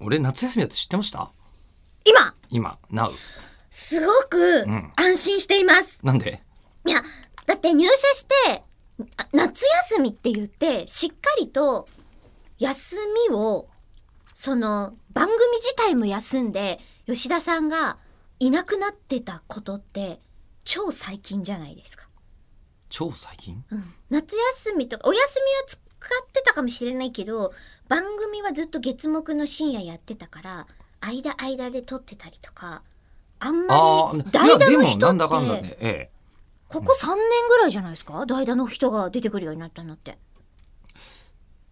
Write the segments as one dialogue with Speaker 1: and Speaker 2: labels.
Speaker 1: 俺夏休みだって知ってました
Speaker 2: 今、
Speaker 1: 今 Now
Speaker 2: すごく
Speaker 1: ん
Speaker 2: 安心しています。
Speaker 1: なんで
Speaker 2: いや、だって入社して、あ夏休みって言って、しっかりと休みを、その番組自体も休んで、吉田さんがいなくなってたことって、超最近じゃないですか。
Speaker 1: 超最近
Speaker 2: うん夏休みとか、お休みは使ってたかもしれないけど、番組はずっと月木の深夜やってたから、間間で撮ってたりとか、あんま
Speaker 1: い
Speaker 2: り
Speaker 1: や
Speaker 2: 代打
Speaker 1: で
Speaker 2: の
Speaker 1: も
Speaker 2: 人
Speaker 1: なんだかんだ
Speaker 2: って、
Speaker 1: ねええ
Speaker 2: ここ3年ぐらいじゃないですか代打の人が出てくるようになったのって。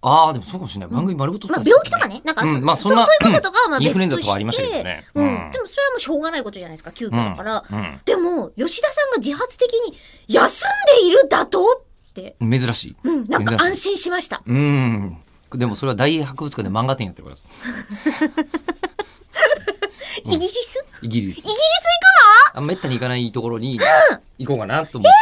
Speaker 1: ああでもそうかもしれない番組丸ごと撮
Speaker 2: ま
Speaker 1: ったん
Speaker 2: あ
Speaker 1: ですよ
Speaker 2: 病気
Speaker 1: ね
Speaker 2: とかね、なんか、
Speaker 1: うんまあ
Speaker 2: そ
Speaker 1: そんな
Speaker 2: そういうこととかはまあ
Speaker 1: うんイン
Speaker 2: 別
Speaker 1: フルエンザ
Speaker 2: と
Speaker 1: とかありま
Speaker 2: し
Speaker 1: したけど
Speaker 2: て
Speaker 1: ね、
Speaker 2: う
Speaker 1: うん
Speaker 2: ん、でもそれはもうしょうがないことじゃないですか、急遽だから。
Speaker 1: うん
Speaker 2: でも、吉田さんが自発的に休んでいるだとって、
Speaker 1: 珍しい
Speaker 2: うん、なんか安
Speaker 1: 心
Speaker 2: 心しました。
Speaker 1: うんでもそれは大英博物館で漫画展やってるからです
Speaker 2: イギリス
Speaker 1: イギリス
Speaker 2: イギリス行く
Speaker 1: あめったに行かないところに行こうかなと思っ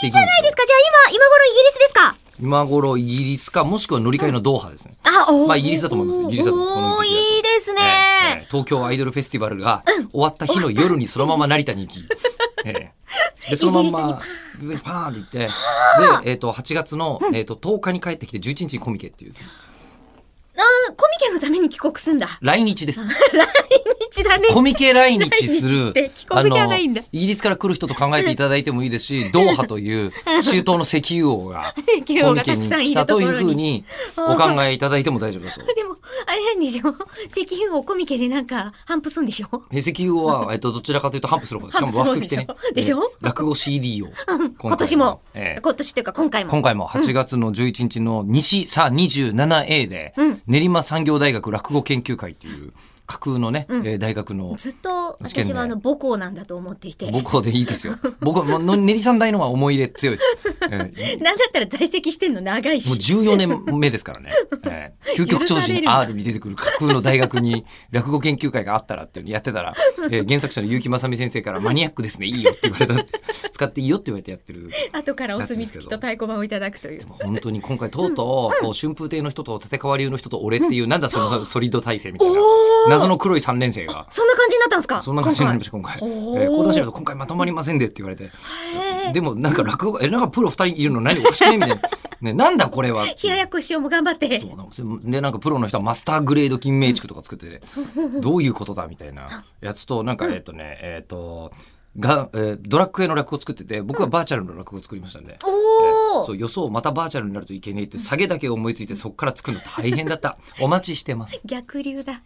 Speaker 1: ていくんです
Speaker 2: ので
Speaker 1: よ
Speaker 2: すかじゃあ今、今頃イギリスですか
Speaker 1: 今頃イギリスかもしくは乗り換えのドーハですね
Speaker 2: あ、おー
Speaker 1: まあイギリスだと思いますイギリスだと思いますこの
Speaker 2: おー
Speaker 1: 時期だと
Speaker 2: いいですね。
Speaker 1: ええ東京アイドルフェスティバルが終わった日の夜にそのまま成田に行き、ええでそのまんまパーンって行ってで、えー、と8月の、えー、と10日に帰ってきて11日にコミケっていう
Speaker 2: あーコミケのために帰国すんだ。
Speaker 1: 来日です
Speaker 2: 日だね。
Speaker 1: コミケ来日す
Speaker 2: 来日して
Speaker 1: る
Speaker 2: 帰国じゃないんだ
Speaker 1: イギリスから来る人と考えていただいてもいいです しドーハという中東の石油王が
Speaker 2: 企
Speaker 1: コ
Speaker 2: 業
Speaker 1: ミ
Speaker 2: が
Speaker 1: ケ
Speaker 2: たく
Speaker 1: に
Speaker 2: さんい
Speaker 1: 来
Speaker 2: る
Speaker 1: た
Speaker 2: と
Speaker 1: と
Speaker 2: こ
Speaker 1: いう
Speaker 2: ろ
Speaker 1: ふう
Speaker 2: に。
Speaker 1: にお考えいただいても大丈夫だと。
Speaker 2: でも、あれなんでしょ石油をコミケでなんか、反復すんでしょ
Speaker 1: 石油王は、えっと、どちらかというとハンプする方です。しかも和
Speaker 2: ハン
Speaker 1: 服
Speaker 2: プ
Speaker 1: 着
Speaker 2: す
Speaker 1: て
Speaker 2: る
Speaker 1: ね
Speaker 2: 方。でしょでしょ
Speaker 1: ええ落語 CD を。
Speaker 2: 今年も、
Speaker 1: ええ
Speaker 2: 今年というか今回も。
Speaker 1: 今回も8月の11日の西さ 27A で、練馬産業大学落語研究会という架空のね、えー大学の
Speaker 2: ずっと
Speaker 1: 試験で
Speaker 2: 私はあの母校なんだと思っていて。
Speaker 1: 母校でいいですよ。僕はもうの練馬大のは思い入れ強いです。えー
Speaker 2: なんだったら在籍してんの長い
Speaker 1: もう
Speaker 2: し。
Speaker 1: 14年目ですから ね。えー究極超
Speaker 2: 許される
Speaker 1: 人
Speaker 2: な
Speaker 1: R に出てくる架空の大学に落語研究会があったらっていうのやって たら、えー原作者の結城正美先生からマニアックですね、いいよって言われた。使っていいよって言われてやってる。
Speaker 2: 後からお墨付きと太鼓判をいただくという。
Speaker 1: 本当に今回とうとう、こう春風亭の人と立川流の人と俺っていう、なんだそのソリッド体制みたいな
Speaker 2: おー
Speaker 1: 謎の黒い三連星が
Speaker 2: そんな感じになったんですか
Speaker 1: そんな感じになりましたた今回
Speaker 2: おー
Speaker 1: えー講談社だと今回まとまりませんでって言われてでもなんか落語えなんかプロ二人いるの何おかしくないみたいな、ね、なんだこれは
Speaker 2: 冷ややっこ師匠も頑張って。
Speaker 1: そうなんかそれでなんかプロの人はマスターグレード金名築とか作ってて どういうことだみたいなやつとなんかえっとねえっとが、えードラクエの落語作ってて僕はバーチャルの落語作りましたんで、
Speaker 2: お
Speaker 1: そ
Speaker 2: ー
Speaker 1: う予想またバーチ ャルになるといけねえって下げだけ思いついてそっから作るの大変だったお待ちしてます
Speaker 2: 逆流だ。